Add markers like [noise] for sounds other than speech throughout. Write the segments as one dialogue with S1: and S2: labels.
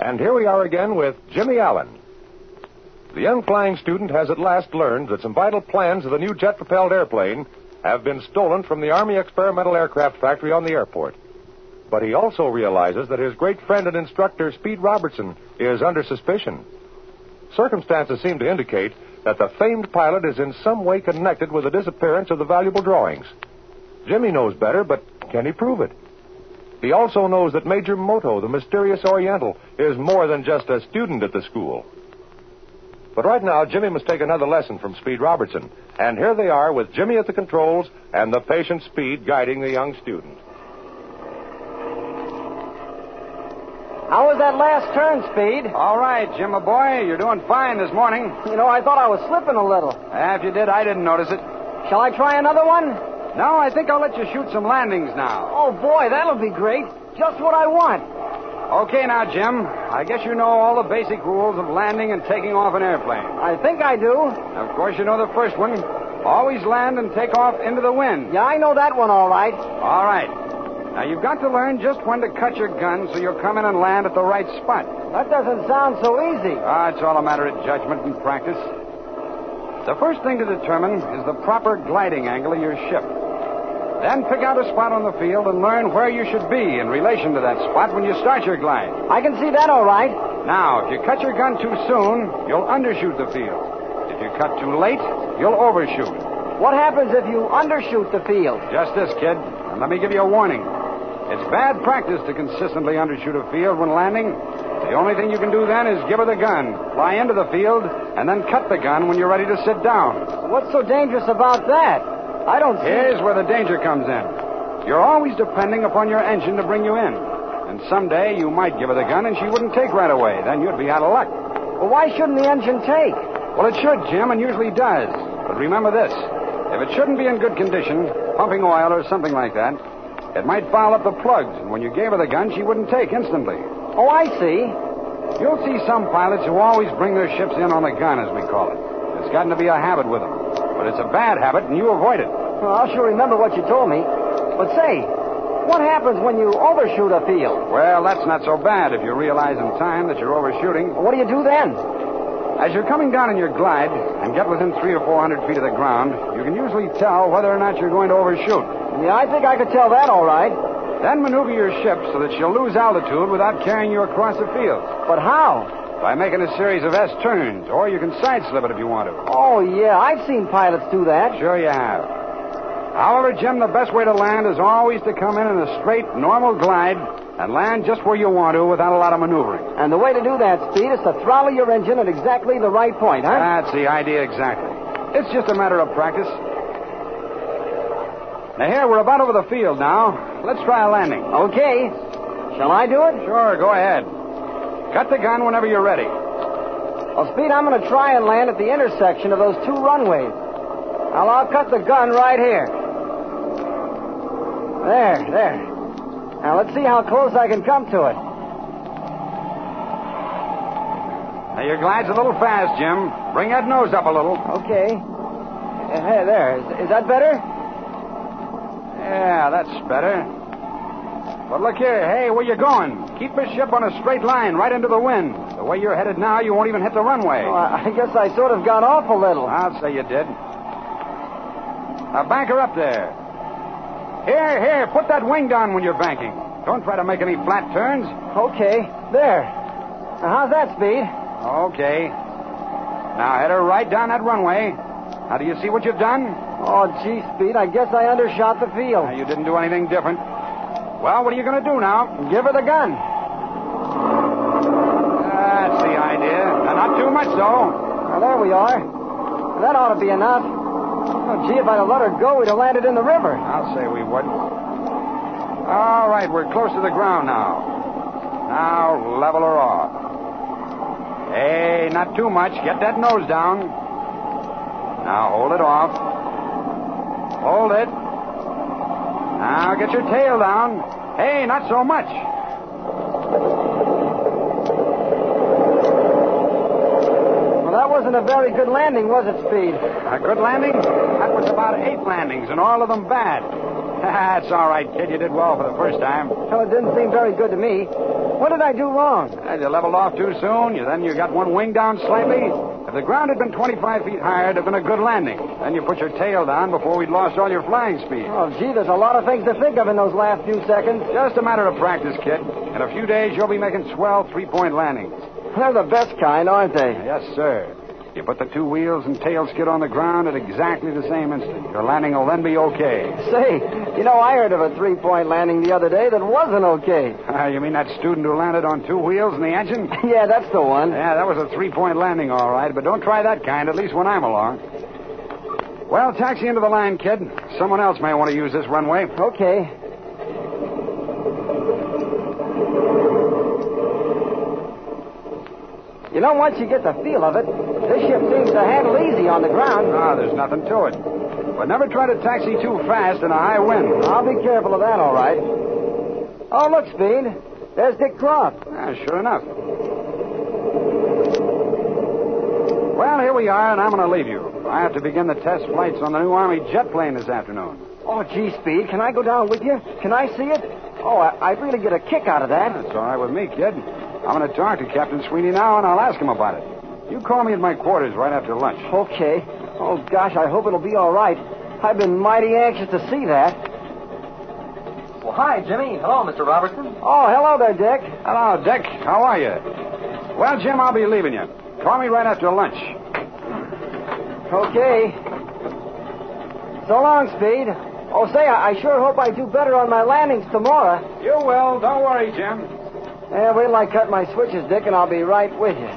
S1: And here we are again with Jimmy Allen. The young flying student has at last learned that some vital plans of the new jet propelled airplane have been stolen from the Army Experimental Aircraft Factory on the airport. But he also realizes that his great friend and instructor, Speed Robertson, is under suspicion. Circumstances seem to indicate that the famed pilot is in some way connected with the disappearance of the valuable drawings. Jimmy knows better, but can he prove it? He also knows that Major Moto, the mysterious Oriental, is more than just a student at the school. But right now, Jimmy must take another lesson from Speed Robertson. And here they are with Jimmy at the controls and the patient Speed guiding the young student.
S2: How was that last turn, Speed?
S3: All right, Jim, my boy. You're doing fine this morning.
S2: [laughs] You know, I thought I was slipping a little.
S3: Ah, If you did, I didn't notice it.
S2: Shall I try another one?
S3: No, I think I'll let you shoot some landings now.
S2: Oh, boy, that'll be great. Just what I want.
S3: Okay, now, Jim. I guess you know all the basic rules of landing and taking off an airplane.
S2: I think I do.
S3: Of course, you know the first one. Always land and take off into the wind.
S2: Yeah, I know that one all right.
S3: All right. Now, you've got to learn just when to cut your gun so you'll come in and land at the right spot.
S2: That doesn't sound so easy.
S3: Ah, it's all a matter of judgment and practice. The first thing to determine is the proper gliding angle of your ship. Then pick out a spot on the field and learn where you should be in relation to that spot when you start your glide.
S2: I can see that all right.
S3: Now, if you cut your gun too soon, you'll undershoot the field. If you cut too late, you'll overshoot.
S2: What happens if you undershoot the field?
S3: Just this, kid, and let me give you a warning. It's bad practice to consistently undershoot a field when landing. The only thing you can do then is give her the gun, fly into the field, and then cut the gun when you're ready to sit down.
S2: What's so dangerous about that? I don't see.
S3: Here's where the danger comes in. You're always depending upon your engine to bring you in. And someday you might give her the gun and she wouldn't take right away. Then you'd be out of luck.
S2: Well, why shouldn't the engine take?
S3: Well, it should, Jim, and usually does. But remember this if it shouldn't be in good condition, pumping oil or something like that, it might foul up the plugs, and when you gave her the gun, she wouldn't take instantly.
S2: Oh, I see.
S3: You'll see some pilots who always bring their ships in on the gun, as we call it. It's gotten to be a habit with them. But it's a bad habit, and you avoid it.
S2: Well, I'll sure remember what you told me. But say, what happens when you overshoot a field?
S3: Well, that's not so bad if you realize in time that you're overshooting.
S2: What do you do then?
S3: As you're coming down in your glide and get within three or four hundred feet of the ground, you can usually tell whether or not you're going to overshoot.
S2: Yeah, I think I could tell that all right.
S3: Then maneuver your ship so that you'll lose altitude without carrying you across the field
S2: But how?
S3: by making a series of S turns, or you can side slip it if you want to.
S2: Oh, yeah, I've seen pilots do that.
S3: Sure you have. However, Jim, the best way to land is always to come in in a straight, normal glide and land just where you want to without a lot of maneuvering.
S2: And the way to do that, Speed, is to throttle your engine at exactly the right point, huh?
S3: That's the idea exactly. It's just a matter of practice. Now, here, we're about over the field now. Let's try a landing.
S2: Okay. Shall I do it?
S3: Sure, go ahead. Cut the gun whenever you're ready.
S2: Well, Speed, I'm going to try and land at the intersection of those two runways. Now, I'll cut the gun right here. There, there. Now, let's see how close I can come to it.
S3: Now, your glide's a little fast, Jim. Bring that nose up a little.
S2: Okay. Uh, hey, there. Is, is that better?
S3: Yeah, that's better. But look here, hey, where you going? Keep the ship on a straight line right into the wind. The way you're headed now, you won't even hit the runway.
S2: Oh, I I guess I sort of got off a little.
S3: I'll say you did. Now bank her up there. Here, here, put that wing down when you're banking. Don't try to make any flat turns.
S2: Okay. There. Now, how's that, Speed?
S3: Okay. Now head her right down that runway. Now do you see what you've done?
S2: Oh, gee, Speed, I guess I undershot the field.
S3: Now, you didn't do anything different. Well, what are you going to do now?
S2: Give her the gun.
S3: That's the idea. Now, not too much, though.
S2: Well, there we are. That ought to be enough. Oh, gee, if I'd have let her go, we'd have landed in the river.
S3: I'll say we would. All right, we're close to the ground now. Now level her off. Hey, not too much. Get that nose down. Now hold it off. Hold it. Now get your tail down. Hey, not so much.
S2: Well, that wasn't a very good landing, was it, Speed?
S3: A good landing? That was about eight landings, and all of them bad. [laughs] That's all right, kid. You did well for the first time.
S2: Well, it didn't seem very good to me. What did I do wrong?
S3: Uh, you leveled off too soon. You, then you got one wing down slightly. If the ground had been 25 feet higher, it'd have been a good landing. Then you put your tail down before we'd lost all your flying speed.
S2: Oh, gee, there's a lot of things to think of in those last few seconds.
S3: Just a matter of practice, kid. In a few days, you'll be making swell three-point landings.
S2: They're the best kind, aren't they?
S3: Yes, sir. You put the two wheels and tail skid on the ground at exactly the same instant. Your landing will then be okay. [laughs]
S2: Say, you know, I heard of a three point landing the other day that wasn't okay. [laughs]
S3: Ah, you mean that student who landed on two wheels in the engine?
S2: yeah, that's the one.
S3: Yeah, that was a three point landing, all right, but don't try that kind, at least when I'm along. Well, taxi into the line, kid. Someone else may want to use this runway.
S2: Okay. You know, once you get the feel of it, this ship seems to handle easy on the ground.
S3: Ah, there's nothing to it. But never try to taxi too fast in a high wind.
S2: I'll be careful of that, all right. Oh, look, Speed. There's Dick Croft.
S3: Ah, sure enough. Well, here we are, and I'm going to leave you. I have to begin the test flights on the new Army jet plane this afternoon.
S2: Oh, gee, Speed, can I go down with you? Can I see it? Oh, I, I really get a kick out of that.
S3: That's all right with me, kid. I'm going to talk to Captain Sweeney now, and I'll ask him about it. You call me at my quarters right after lunch.
S2: Okay. Oh, gosh, I hope it'll be all right. I've been mighty anxious to see that.
S4: Well, hi, Jimmy. Hello, Mr. Robertson.
S2: Oh, hello there, Dick.
S3: Hello, Dick. How are you? Well, Jim, I'll be leaving you. Call me right after lunch.
S2: Okay. So long, Speed. Oh, say, I, I sure hope I do better on my landings tomorrow.
S3: You will. Don't worry, Jim.
S2: Yeah, wait till I cut my switches, Dick, and I'll be right with you.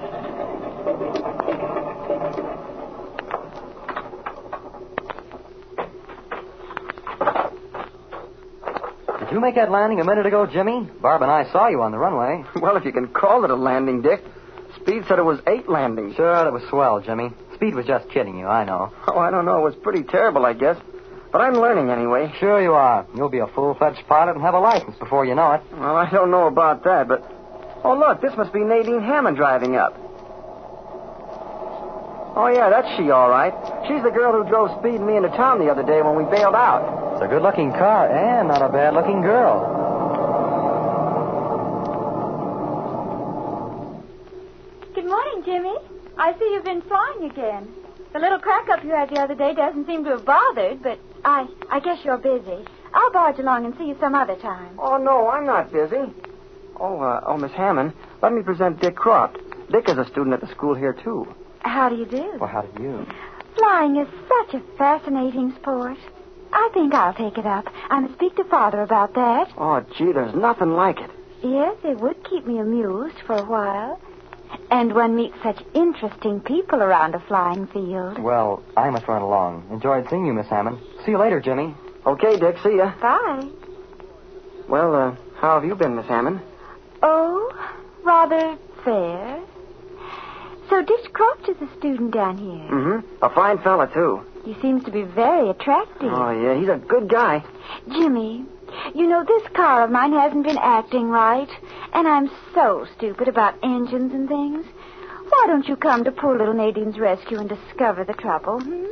S4: Did you make that landing a minute ago, Jimmy? Barb and I saw you on the runway.
S2: [laughs] Well, if you can call it a landing, Dick. Speed said it was eight landings.
S4: Sure, that was swell, Jimmy. Speed was just kidding you, I know.
S2: Oh, I don't know. It was pretty terrible, I guess. But I'm learning anyway.
S4: Sure you are. You'll be a full-fledged pilot and have a license before you know it.
S2: Well, I don't know about that, but. Oh, look, this must be Nadine Hammond driving up. Oh, yeah, that's she, all right. She's the girl who drove Speed and me into town the other day when we bailed out.
S4: It's a good-looking car and not a bad-looking girl.
S5: Good morning, Jimmy. I see you've been flying again. The little crack up you had the other day doesn't seem to have bothered, but I I guess you're busy. I'll barge along and see you some other time.
S2: Oh, no, I'm not busy. Oh, uh, oh, Miss Hammond, let me present Dick Croft. Dick is a student at the school here, too.
S5: How do you do?
S4: Well, how do you?
S5: Flying is such a fascinating sport. I think I'll take it up. I'm to speak to Father about that.
S2: Oh, gee, there's nothing like it.
S5: Yes, it would keep me amused for a while. And one meets such interesting people around a flying field.
S4: Well, I must run along. Enjoyed seeing you, Miss Hammond. See you later, Jimmy.
S2: Okay, Dick, see ya.
S5: Bye.
S2: Well, uh, how have you been, Miss Hammond?
S5: Oh, rather fair. So Dick Croft is a student down here.
S2: Mm-hmm. A fine fella, too.
S5: He seems to be very attractive.
S2: Oh, yeah, he's a good guy.
S5: Jimmy, you know, this car of mine hasn't been acting right, and I'm so stupid about engines and things. Why don't you come to poor little Nadine's rescue and discover the trouble? Hmm?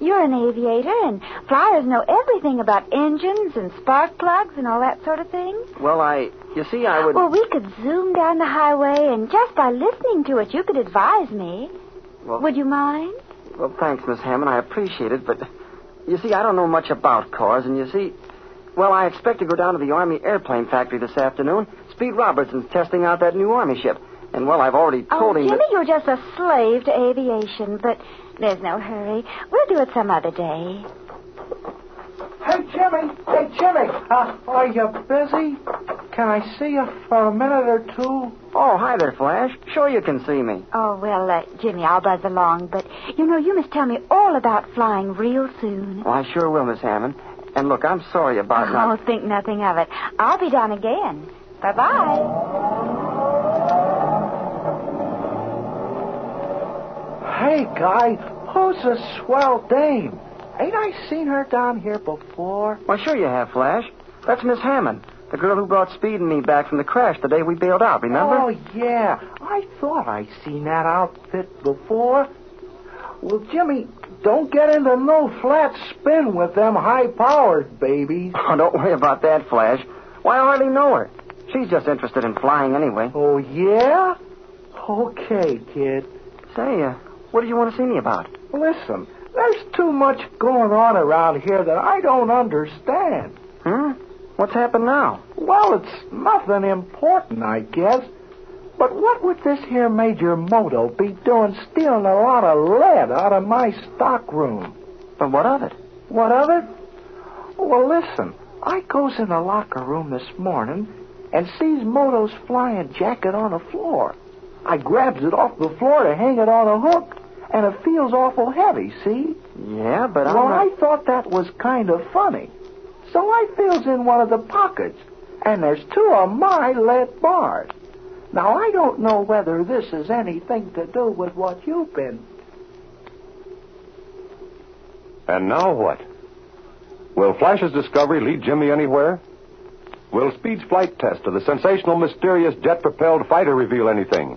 S5: You're an aviator, and flyers know everything about engines and spark plugs and all that sort of thing.
S2: Well, I... You see, I would...
S5: Well, we could zoom down the highway, and just by listening to it, you could advise me.
S2: Well-
S5: Would you mind?
S2: Well, thanks, Miss Hammond. I appreciate it, but you see, I don't know much about cars, and you see, well, I expect to go down to the Army airplane factory this afternoon. Speed Robertson's testing out that new Army ship, and well, I've already told
S5: oh,
S2: him
S5: Jimmy,
S2: that.
S5: you're just a slave to aviation, but there's no hurry. We'll do it some other day.
S6: Hey, Jimmy. Hey, Jimmy. Uh, are you busy? Can I see you for a minute or two?
S2: Oh, hi there, Flash. Sure you can see me.
S5: Oh, well, uh, Jimmy, I'll buzz along, but you know, you must tell me all about flying real soon.
S2: Well, I sure will, Miss Hammond. And look, I'm sorry about
S5: Oh,
S2: not.
S5: think nothing of it. I'll be down again. Bye bye.
S6: Hey, guy. Who's a swell dame? Ain't I seen her down here before?
S2: Why, sure you have, Flash. That's Miss Hammond, the girl who brought Speed and me back from the crash the day we bailed out. Remember?
S6: Oh, yeah. I thought I seen that outfit before. Well, Jimmy, don't get into no flat spin with them high-powered babies.
S2: Oh, [laughs] don't worry about that, Flash. Why, I hardly know her. She's just interested in flying anyway.
S6: Oh, yeah? Okay, kid.
S2: Say, uh, what do you want to see me about?
S6: Listen, there's too much going on around here that I don't understand.
S2: Hmm? What's happened now?
S6: Well, it's nothing important, I guess. But what would this here Major Moto be doing stealing a lot of lead out of my stockroom?
S2: But what of it?
S6: What of it? Well, listen, I goes in the locker room this morning and sees Moto's flying jacket on the floor. I grabs it off the floor to hang it on a hook, and it feels awful heavy, see?
S2: Yeah, but I'm
S6: well,
S2: not-
S6: I thought that was kind of funny. So I feels in one of the pockets, and there's two of my lead bars. Now, I don't know whether this is anything to do with what you've been
S1: And now what? Will Flash's discovery lead Jimmy anywhere? Will Speed's flight test of the sensational, mysterious jet propelled fighter reveal anything?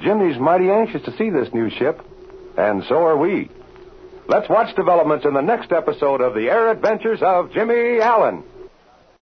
S1: Jimmy's mighty anxious to see this new ship, and so are we. Let's watch developments in the next episode of The Air Adventures of Jimmy Allen.